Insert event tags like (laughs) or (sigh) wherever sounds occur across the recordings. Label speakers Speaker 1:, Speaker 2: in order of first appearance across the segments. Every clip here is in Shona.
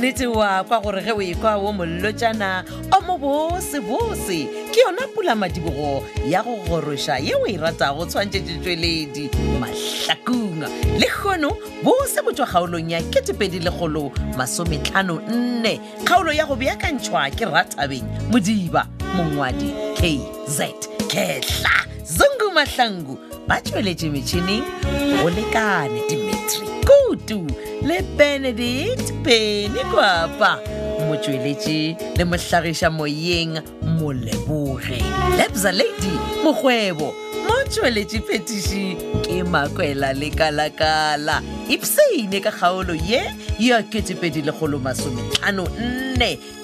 Speaker 1: seriti wa kwa gore ge o ekwa o mollotšana o mo bosebose ke yona pulamadibogo ya go goroša ye o e ratago tshwantšhetšetšweledi mahlakung le kgono bose botšwa kgaolong ya 254 kgaolo ya go beakantšhwa ke ratabeng modiba mongwadi kz kehla zungu mahlangu ba tšweletše metšhineng go lekane dimitri kutu le benedict pene kwapa motsweletše le mohlagiša moyeng moleboge lebza lady mokgwebo mo tsweletše phetiši ke makwela le kalakala ipseine ka kgaolo ye ya 254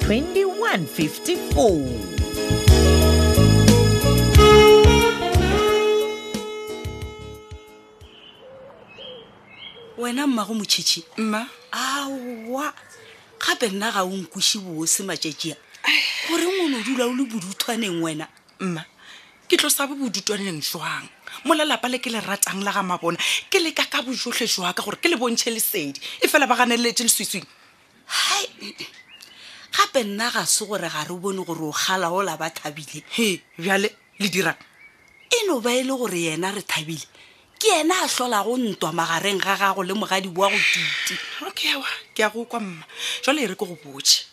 Speaker 1: 2154
Speaker 2: wena mmago motšhitšhi
Speaker 3: mma
Speaker 2: aowa gape nna ga o nkweše boose matšatšia goreng o ne o dula o le boduthwaneng wena
Speaker 3: mma ke tlo sa bo bodutwaneng jwang mo lelapa le ke le ratang la ga mabona ke leka ka bojotlhe jwa ka gore ke le bontšhe lesedi e fela ba ganeletse leswiswing
Speaker 2: hai gape nna ga se gore ga re bone gore o galaola ba thabile
Speaker 3: he bjale le dirang
Speaker 2: e no ba e le gore yena re thabile ke yena a tlholago ntwa magareng ga gago le mogadi wa go tite
Speaker 3: okay wa ke ya go kwa mma jwale e re ke go botse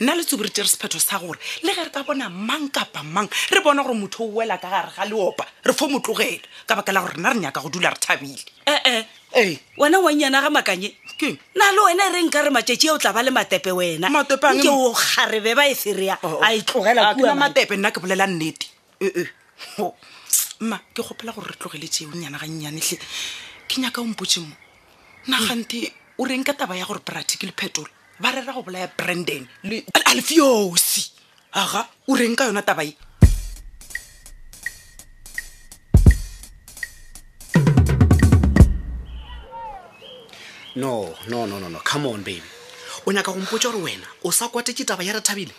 Speaker 3: nna le tsobore tere sephetho sa gore le ge re ka bona mang kapa mang re bona gore motho o wela ka gare ga leopa re fo motlogela ka baka la gore nna re nyaka go dula re thabile
Speaker 2: ee
Speaker 3: ee
Speaker 2: wena ngwanyana ga makanye
Speaker 3: Keng?
Speaker 2: na le wena re nka re matšatši o tla ba le matepe wena
Speaker 3: Matepe a
Speaker 2: nke
Speaker 3: nge-
Speaker 2: o garebe ba e ferea
Speaker 3: Oh, oh.
Speaker 2: a e tlogela
Speaker 3: Ah, ke na
Speaker 2: kua
Speaker 3: matepe nna ke bolela nnete ee Ho, mma ke kgopela gore re tlogele tseo nyana ga nnyanetlhe ke nyaka o mpotse mo
Speaker 4: Mm.
Speaker 3: nagante o reng ka taba ya gore brati ke lephetolo ba rera go bolaya brandon le alfiosi aga o reng ka yona taba e
Speaker 5: no no no no no come on baby o nyaka go mpotsa gore wena o sa kwatetse taba ya re thabile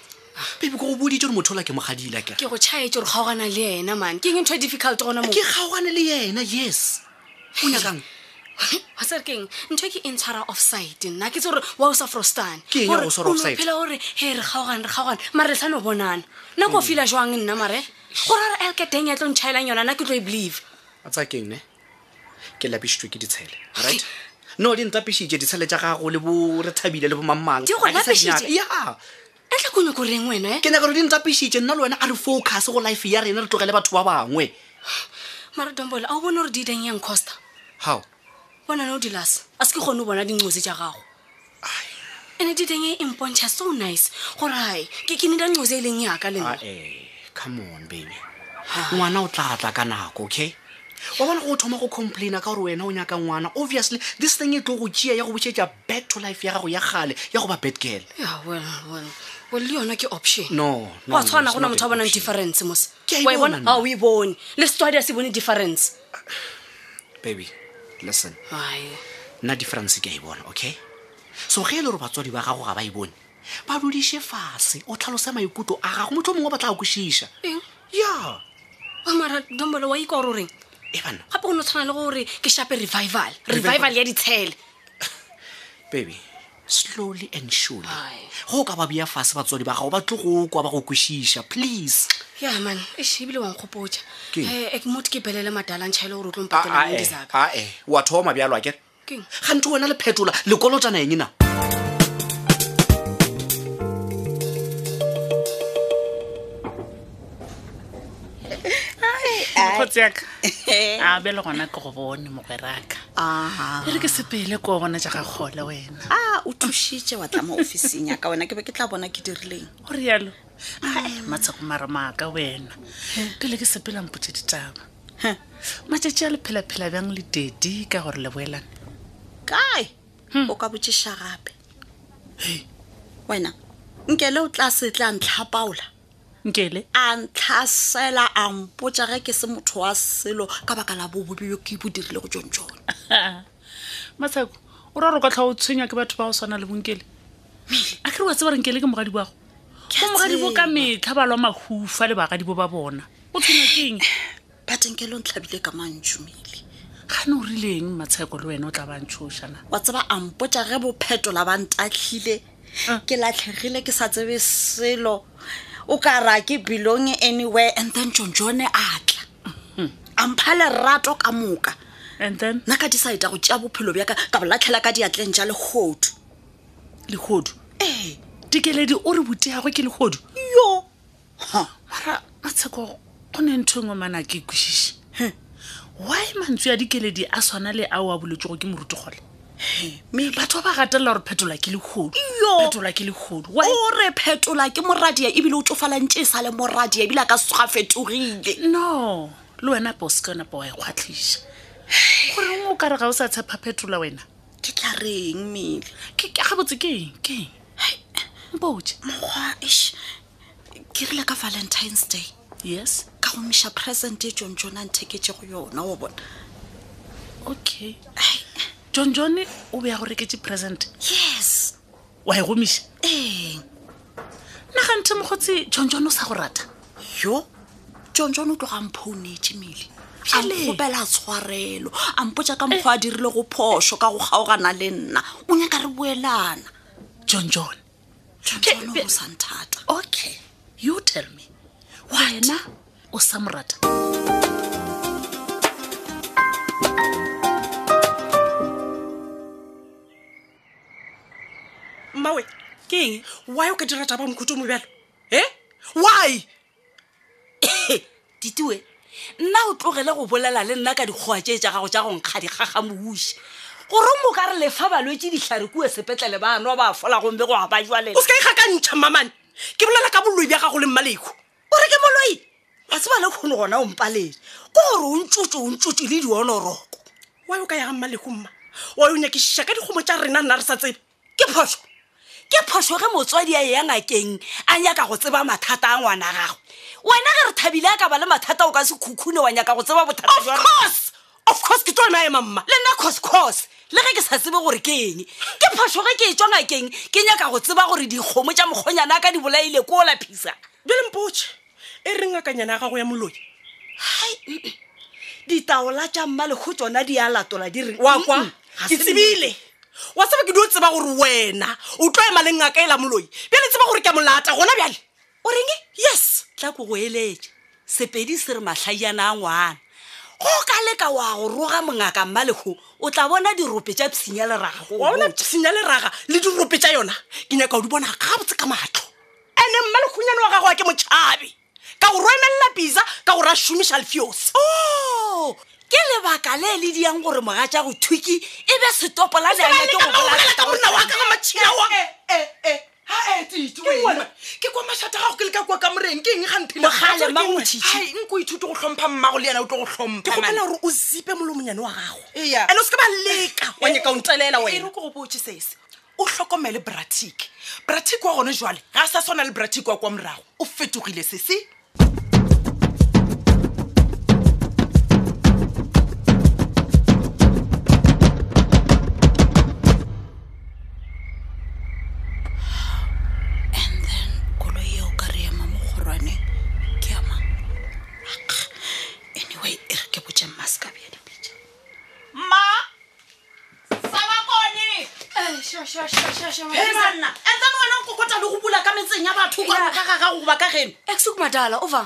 Speaker 5: baby ko go boditse gore motho ola ke mogadile akere
Speaker 4: Ah. ke go tšhaetse gore kgaogana le ena mane ke eng ntho e difficult gona mo
Speaker 5: ke kgaogane le yena yes o nyakang
Speaker 4: wa se re keng ntho e ke intshwara offside nna ke tse gore wa o sa frostane
Speaker 5: Ke eng ya go swara offside?
Speaker 4: phela gore he re kgaogane re kgaogane mare re tlhano bonana nna ko fila jwang nna mare gore a re elketeng ya tlo ntšhaelang yona nna ke tlo e believe
Speaker 5: a tsa keng ne ke lapisitswe ke ditshele right no di ntapišitše ditshele tša gago le bo re thabile le bo mamang
Speaker 4: Di go
Speaker 5: Ha ke sa di
Speaker 4: lapišitše?
Speaker 5: nyaka. ya
Speaker 4: e tla konyo koreng wena e
Speaker 5: ke nyaka gore di ntapišitše nna le wena a re focus go life ya rena re tlogele batho ba bangwe
Speaker 4: mare dombole a o bone gore di deng yang costa
Speaker 5: how
Speaker 4: bona ne o di lase a se ke kgone o bona dingotsi tja gago ande di deng e empontšha so nice gore ae ke ke neda ngotsi e leng yaka le nna
Speaker 5: ae come on baby ngwana o tla tla ka nako okay wa bona go thoma go complaina ka gore wena o nyaka ngwana obviously this thing e tlo go tšea ya go bošetša back to life ya gago ya gale ya go ba bad girl
Speaker 4: ya well well well le yona ke option
Speaker 5: no no,
Speaker 4: wa
Speaker 5: no,
Speaker 4: tshwana
Speaker 5: it's
Speaker 4: gona
Speaker 5: not
Speaker 4: motho a
Speaker 5: an
Speaker 4: bonang
Speaker 5: option.
Speaker 4: difference mose
Speaker 5: Ke a e
Speaker 4: Wa e bona?
Speaker 5: bona nna.
Speaker 4: a o e bone le setswadi a se bone difference
Speaker 5: baby listen
Speaker 4: Ai,
Speaker 5: nna difference ke a e bona okay so ge e le gore batswadi ba gago ga ba e bone ba dodiše fase o tlhalose maikutlo a gago motho o mongwe ba tla kwešiša
Speaker 4: eng
Speaker 5: ya
Speaker 4: Wa mara dombolo wa ikwa gore o reng
Speaker 5: e banna
Speaker 4: gape go ne o tshwana le gore ke shape revival revival ya ditshele
Speaker 5: baby slowly and surely
Speaker 4: Ai.
Speaker 5: go ka ba bea fase batswadi ba gago ba tlo go kwa ba go kwešiša please
Speaker 4: ya man eish ebile wankgopotsa
Speaker 5: Ke eng?
Speaker 4: um motho ke belele madalantšhaele gore o tlo
Speaker 5: Ah, ah,
Speaker 4: mpatelang
Speaker 5: eh,
Speaker 4: disaka
Speaker 5: ah, eh, wa thoma bjalo a kere
Speaker 4: keng
Speaker 5: gante wena le phetola lekolotana eng na
Speaker 6: kgotsi
Speaker 7: (laughs)
Speaker 6: yaka a Ah, bjale gona ke go bone mogweraka
Speaker 7: aa
Speaker 6: e re ke sepele ko bona jaga kgole wena
Speaker 7: a o thušitše wa tla mo officing yaka wena ke be ke tla bona ke dirileng
Speaker 6: o rialo
Speaker 7: Mm.
Speaker 6: matsheko maramaaka wena ke le ke sepela mpotse ditaba matšatši a le phela-phela bjang le dedi ka gore le boelane
Speaker 7: kae
Speaker 4: Hmm.
Speaker 7: o ka botšiša gape wena nkele o tla se tla ntlhapaola
Speaker 6: nkele
Speaker 7: a ntlhasela a mpotsa ge ke se motho wa selo ka baka la bobobio ke bo dirile go tsone tsone
Speaker 6: matsheko o ra gore o ka tlhoa o tshwenya ke batho ba go swana le bonkele a kere wa tse ba re nkele ke mogadi bago
Speaker 7: Ke a
Speaker 6: bo mogadi bo ka
Speaker 7: tseba.
Speaker 6: metlha ba lwa mahufa le bagadi bo ba bona o tshwenya ke eng
Speaker 7: batenkele o ntlhabile ka mantšhomele
Speaker 6: gane o rileng matsheko le wena o tla bantšhošana
Speaker 7: wa tseba a mpotsa ge bophetola ba ntatlhile ke latlhegile ke sa tsebe selo o ka ra ke belong anywhere and then john jone a tla a mpha lerato ka moka
Speaker 6: and then
Speaker 7: nna ka decide-a go tšea bophelo bjaka ka bolatlhela ka diatleng tša legodu
Speaker 6: legodu
Speaker 7: ee
Speaker 6: dikeledi o re bote yagwe ke legodu
Speaker 7: yo Ha.
Speaker 6: mara matsheko go ne ntho engwe mana ke ikwešiše why mantswe ya dikeledi a swana le ao a boletsego ke morutugole batho ba ba gatelela gore phetola ke legodu
Speaker 7: Yo.
Speaker 6: phetola ke legodu why
Speaker 7: o re phetola ke moradia ebile o tsofalantshe e sa le moradia ebile a ka soga fetogile
Speaker 6: no le wena bos ka yonapo wa e kgwatlhiša goreng o ka re ga o sa tshepa phetola wena
Speaker 7: ke tla reng mmele
Speaker 6: Ke- ke- gabotse ke eng ke eng mpoje
Speaker 7: mokgwa ish ke rile ka valentines day
Speaker 6: yes
Speaker 7: ka gomiša present e john jona ntheketse go yona o bona
Speaker 6: okay john john o be ya go reketse present
Speaker 7: yes ee.
Speaker 6: wa e gomiša
Speaker 7: eng
Speaker 6: nna ga nthe mogotse john john o sa go rata
Speaker 7: yo john jone o tloga mphounetse mmele a
Speaker 6: Bjale?
Speaker 7: nkgopela tshwarelo a mpotsa ka mokgwa
Speaker 6: Eh.
Speaker 7: a dirile go phoso ka go kgaogana le nna o nyaka re buelana
Speaker 6: john john
Speaker 7: john
Speaker 6: Ke-
Speaker 7: jone
Speaker 6: be-
Speaker 7: o santhata
Speaker 6: okay you tell me wena o sa mo rata
Speaker 3: mmawe ke eng why o ka dirata ba mokhuto mo bjalo e why
Speaker 2: ditue nna o tlogele go bolela le nna ka dikgoa tse tsa gago tsa go nkga dikgaga mouši gore mo ka re lefa balwetse ditlhare kue sepetlele ba nwa ba fola gombe go a ba jwalela
Speaker 3: o se ka ikga ka ntšha mamane ke bolela ka boloi bja gago le mmaleko
Speaker 2: o re ke moloi wa tseba le kgono gona o mpalele ko gore o ntsotso o ntsotso le dionoroko
Speaker 3: why o ka yaga mmaleko mma wa o nyakešiša ka dikgomo tša rena nna re sa tsebe
Speaker 2: ke phoso ke phoso ge motswadi a ya ngakeng a nyaka go tseba mathata a ngwana a gagwe wena ge re thabile a ka ba le mathata o ka se khukhune wa nyaka go tseba bothata
Speaker 3: of
Speaker 2: bja-
Speaker 3: course of course ke tlo e, ema mma
Speaker 2: le nna coscos le ge ke sa tsebe gore ke eng ke phoso ge ke e tswa ngakeng ke nyaka go tseba gore dikgomo tša mokgonyana a ka di bolaile ko o laphisa
Speaker 3: bjale mpotše e reng akanyana ya gago ya moloi
Speaker 2: ditaola tša mmalego tsona di a latola di reng
Speaker 3: wa kwa ke tsebile wa seba ke dio tseba gore wena o tlo ema le ngaka e la moloi bjale tseba gore ke a molata gona bjale
Speaker 2: o reng
Speaker 3: yes
Speaker 2: tla ko go eletse sepedi se re matlhaiana a ngwana go ka leka wa go roga mongaka mmalego o tla bona dirope tša pshinya lerago
Speaker 3: wa bona senya le raga le dirope tša yona ke nyaka o di bona gabotse ka matlho ande mma lekgonyane wa gago a ke motšhabe ka gore o emelela pisa ka gore a šomiša lefios
Speaker 2: o
Speaker 4: Oh!
Speaker 2: ke lebaka le le diang gore moga tša go thuki e be setopo la leanya ke go
Speaker 3: monna wa
Speaker 2: bolaya-
Speaker 3: ka ga Eh, matšhiawa ke kwa mašata gago ke le ka kua ka moreng ke eng
Speaker 2: Mogale, mang o tšhitšhi?
Speaker 3: nko ithute go tlhompha mmago le yena o tlo go tlhompha ke gopela gore o zipe molomonyane wa gago ande o se ke ba leka Eh, wa nyaka o ntelela wena
Speaker 2: Ere
Speaker 3: ko go botse sese o tlhokomele bratic bratic wa gone jwale ga a sa tshwana le bratic wa kwa morago o fetogile sese
Speaker 7: and then koloi eo ka re ema mo kgorwaneng ke ama anyway e re ke botse mmaska bja dipitša
Speaker 2: Hey,
Speaker 7: wena o kokota le go bula ka metseng ya batho
Speaker 2: ka moka
Speaker 7: ga gago goba ka geno
Speaker 4: exuk madala ova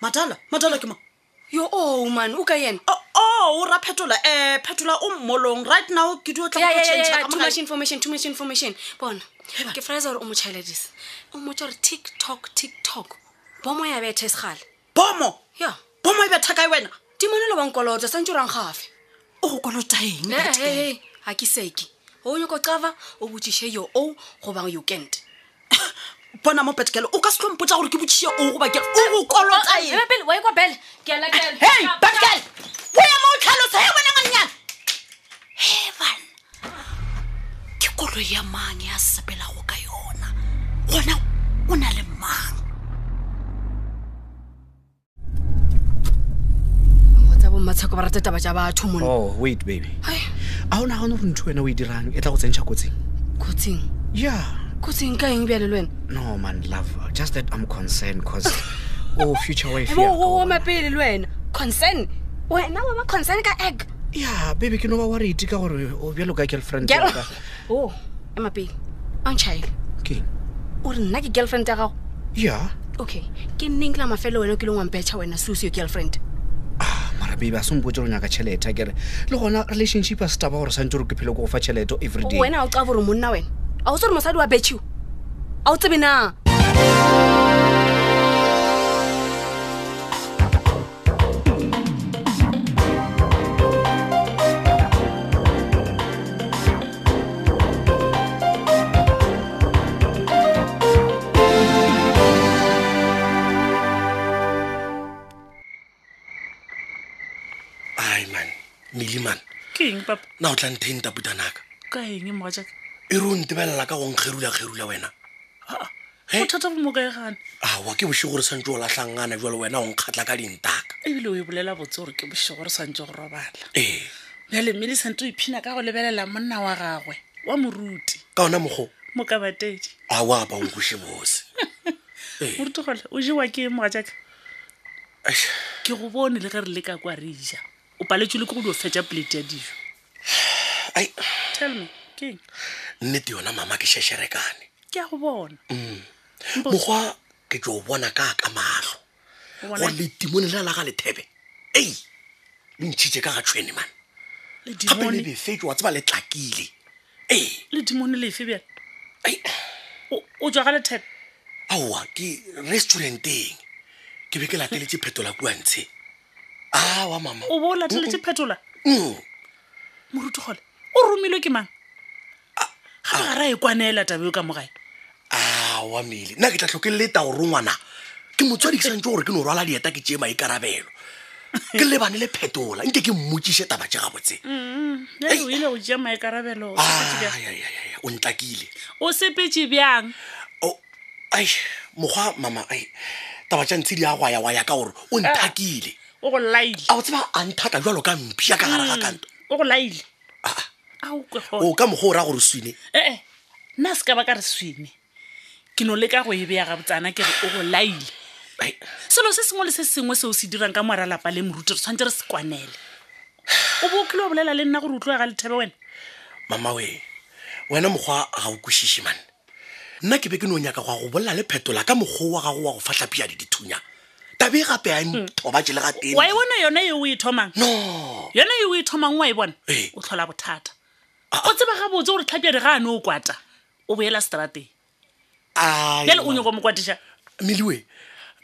Speaker 7: matala matala ke ma
Speaker 4: yo o man o ka yena
Speaker 5: Oh,
Speaker 7: o o ra phetola
Speaker 5: eh,
Speaker 7: um phetola o mmolong right now ke dio
Speaker 4: Yeah, yeah, yeah, yeah, too much information too much information bona ke fraisa gore o mo chiledise o mmotsa gore tiktok tiktok bomo ya bethe segale
Speaker 7: bomo
Speaker 4: ya
Speaker 7: bomo e betha kae wena
Speaker 4: dimonelo bankoloto santse o rang gafe
Speaker 7: o go kolota eng
Speaker 4: Eh, eh, eh, eh, ga ke seke o nyako cava o botsiše yo o goba you can't
Speaker 7: bona mo petekele o ka se tlompotsa gore ke botšhie o goba ke o go kolota eng
Speaker 4: pele wa ekwa bele ke a lakela.
Speaker 7: bakele o ya mo o tlhalosa he bona ngwannyana he bana ke koloi ya mang ya sepelago ka yona gona o na le mang
Speaker 4: tsa bommatsheko ba rata taba ja batho monna
Speaker 5: oh wait baby
Speaker 4: Hai,
Speaker 5: a o nagane gore ntho wena o e dirang e tla go tsentšha kotsing
Speaker 4: kotsing
Speaker 5: yeah
Speaker 4: kotsing ka eng bjale le wena
Speaker 5: no man love just that i'm concerned cause o future wife ya ka
Speaker 3: oh.
Speaker 4: o
Speaker 5: wona.
Speaker 4: oma pele le wena concern wena wa ba concern ka egg
Speaker 5: yeah baby oh, ke no ba wa rete ka gore o bjalo ka girlfriend ya
Speaker 4: Jalo-
Speaker 5: ka.
Speaker 4: o ema pele a ntšhaele
Speaker 5: ke eng
Speaker 4: o re nna ke girlfriend ya gago
Speaker 5: ya
Speaker 4: okay ke nneng la mafelo wena o kile ngwampetšha wena seusi yo girlfriend
Speaker 5: Ah, mara babe a sempotse re o nyaka tšhelete a kere le gona relationship a se taba gore santse gore ke phele ko go fa tšhelete every day
Speaker 4: wena ga o tsa gore o monna wena a o tse gore mosadi wa betšhiwa a o tsebe na
Speaker 8: ai man mmele man
Speaker 6: ke eng papa
Speaker 8: na o tla ntheng taputanaka
Speaker 6: ka eng moga jaka
Speaker 8: e re o ntebelela ka gong kgerula kgerula wena He?
Speaker 6: bothata bo mokae gane
Speaker 8: awa ke boše gore santse o latlhangana jalo wena o nkgatlha ka dintaka
Speaker 6: ebile o e bolela botse gore ke bošego gore santse go robala
Speaker 8: ee
Speaker 6: bjale mme le santse o iphina ka go lebelela monna wa gagwe wa moruti
Speaker 8: ka ona mokgo
Speaker 6: mokabatedi
Speaker 8: awa ba onkose
Speaker 6: (laughs)
Speaker 8: bose ee
Speaker 6: moruti gole o jewa ke eng moga jaka
Speaker 8: Eish,
Speaker 6: ke go bone le ge re le ka kwa re ja o paletswe le ke go dio fetša plate ya dijo
Speaker 8: ai
Speaker 6: tell me ke eng
Speaker 8: nnete yona mama ke shesherekane
Speaker 6: ke a go bona Mpotse,
Speaker 8: mokgwa ke tlo o bona ka ka matlho
Speaker 6: o bona
Speaker 8: gore letimone le la ga lethebe ei le ntšhitše ka ga tshwene man gape le
Speaker 6: ledimone-
Speaker 8: befetso wa tseba le tlakile ee
Speaker 6: ledimone lefe bjale
Speaker 8: ai
Speaker 6: O- o jwa ga lethebe
Speaker 8: aowa ke restauranteng ke be ke lateletse phetola kuantshe awa mama
Speaker 6: o bo o lateletse phetola
Speaker 8: Mm.
Speaker 6: moruti gole o romilwe ke mang gape ga re a e kwaneela tabeo ka mogae
Speaker 8: awa mmele nna ke tla tlhokelele taoro ngwana ke motswadi ke santse gore ke no rwala dieta ke tee maikarabelo ke lebane le phetola nke ke mmotsiše taba tse gabotse
Speaker 6: jale o ile go jea maikarabelo o sepetse Mm, bjang?
Speaker 8: Ai, ai, ai, ai, o ntlakile
Speaker 6: o sepetse bjang
Speaker 8: O- ai mokgwa mama ai taba tša ntse di a gwaya waya ka gore
Speaker 6: Eh.
Speaker 8: o nthakile
Speaker 6: o go laile
Speaker 8: a o tseba a nthaka jalo ka mpia ka
Speaker 6: Mm.
Speaker 8: gare ga kanto
Speaker 6: o go laile
Speaker 8: Ah,
Speaker 6: a ukwe gone
Speaker 8: o ka mokgwa o raya gore swine
Speaker 6: ee nna se ka ba ka re swene ke no leka go e beya ga botsana ke re o go laile
Speaker 8: Ai,
Speaker 6: selo se sengwe le se sengwe seo se dirang ka mora lapa le moruti re tshwanetse re se kwanele o bo o kile o bolela le nna gore o tloya ga lethebe wena
Speaker 8: mama we wena mokgwa ga o kwešiše mane nna ke be ke no nyaka go ya go bolela le phetola ka mokgwa wa gago wa go fatlhapia di dithunya tabe e gape a
Speaker 6: Hmm.
Speaker 8: nthobatše le ga teng
Speaker 6: wa e bona yona eo o e thomang
Speaker 8: no
Speaker 6: yona eo o e thomang wa e bona
Speaker 8: Ee.
Speaker 6: o tlhola bothata o tseba gabotse gore tlhapjadi ga a ne o kwata o boela seterateng jale o nyako mo kwatiša
Speaker 8: mmeliwe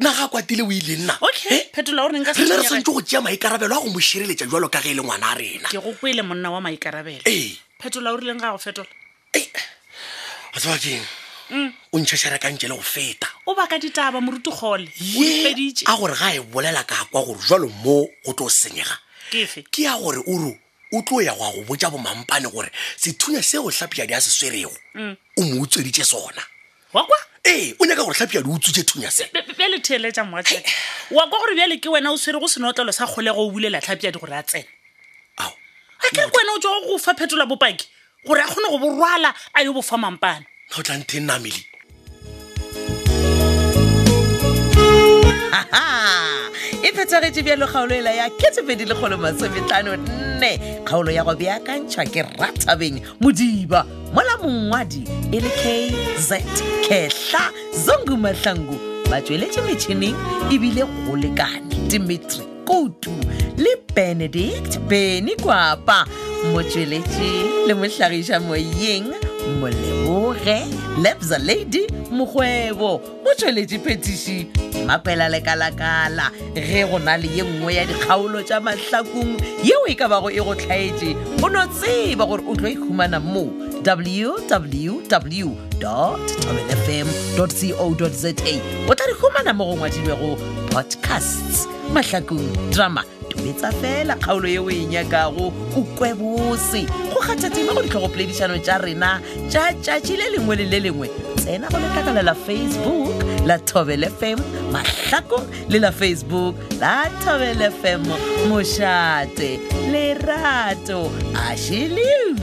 Speaker 8: nna ga a kwatile o ile nna
Speaker 6: okay
Speaker 8: He?
Speaker 6: phetola gore neng ka se
Speaker 8: rena re
Speaker 6: tshwenyega-
Speaker 8: santse go tšea maikarabelo a go mo šireletša jalo ka ge e le ngwana a rena
Speaker 6: ke go kwele monna wa maikarabelo
Speaker 8: ee
Speaker 6: phetola o rileng ga go fetola
Speaker 8: a tseba keng o ntšhešherekantše le go feta
Speaker 6: Hmm. o baka ditaba moruti gole o
Speaker 8: ye
Speaker 6: ipeditše
Speaker 8: a gore ga e bolela ka kwa gore jalo mo go tlo senyega
Speaker 6: Ke efe?
Speaker 8: ke ya gore o re o tlo ya go a go botja bomampane gore sethunya se go tlhapiadi a se swerego o mo utsweditše sona
Speaker 6: wa kwa
Speaker 8: ee o nyaka gore tlhapiadi o utswitše thunya se
Speaker 6: Be- be- bjale theeletša moatlaa wa kwa gore bjale ke wena o swere go senotlelo sa kgolego o bulela tlhapjadi gore a tsena
Speaker 8: ao
Speaker 6: a ke re ko wena o tswa go fa phetola bopaki gore a kgone go borwala a yo bofa mampane
Speaker 8: na o tla nthe namele
Speaker 1: aha (laughs) e phethagetse bjalo kgaolo ela ya ketsepedi le kgolo masometlhano nne kgaolo ya go beakantšhwa ke rathabeng modiba mola mongwadi e le kz kehla zongu mahlangu ba tsweletše metšhineng ebile go lekane dimitri kutu le benedict beny kwapa motsweletši le mohlagiša moyeng moleboge lebza lady mokgwebo motsweletše phetiši mapela lekala-kala ge go na le ye nngwe ya dikgaolo tša mahlakong yeo e ka bago e go tlhaetše o no tseba gore o tlo ikhumana mo www tobelfm co za o tla di humana mo go ngwadilwego podcasts mahlakong drama tobetsa fela kgaolo ye o e nyakago o kwe bose go kgathatsima go ditlhogopoledišano tša rena tša tšatši le lengwe le le lengwe tsena go letlakala la facebook la tobel fm mahlakong le la facebook la tobel fm mošate lerato a šelewe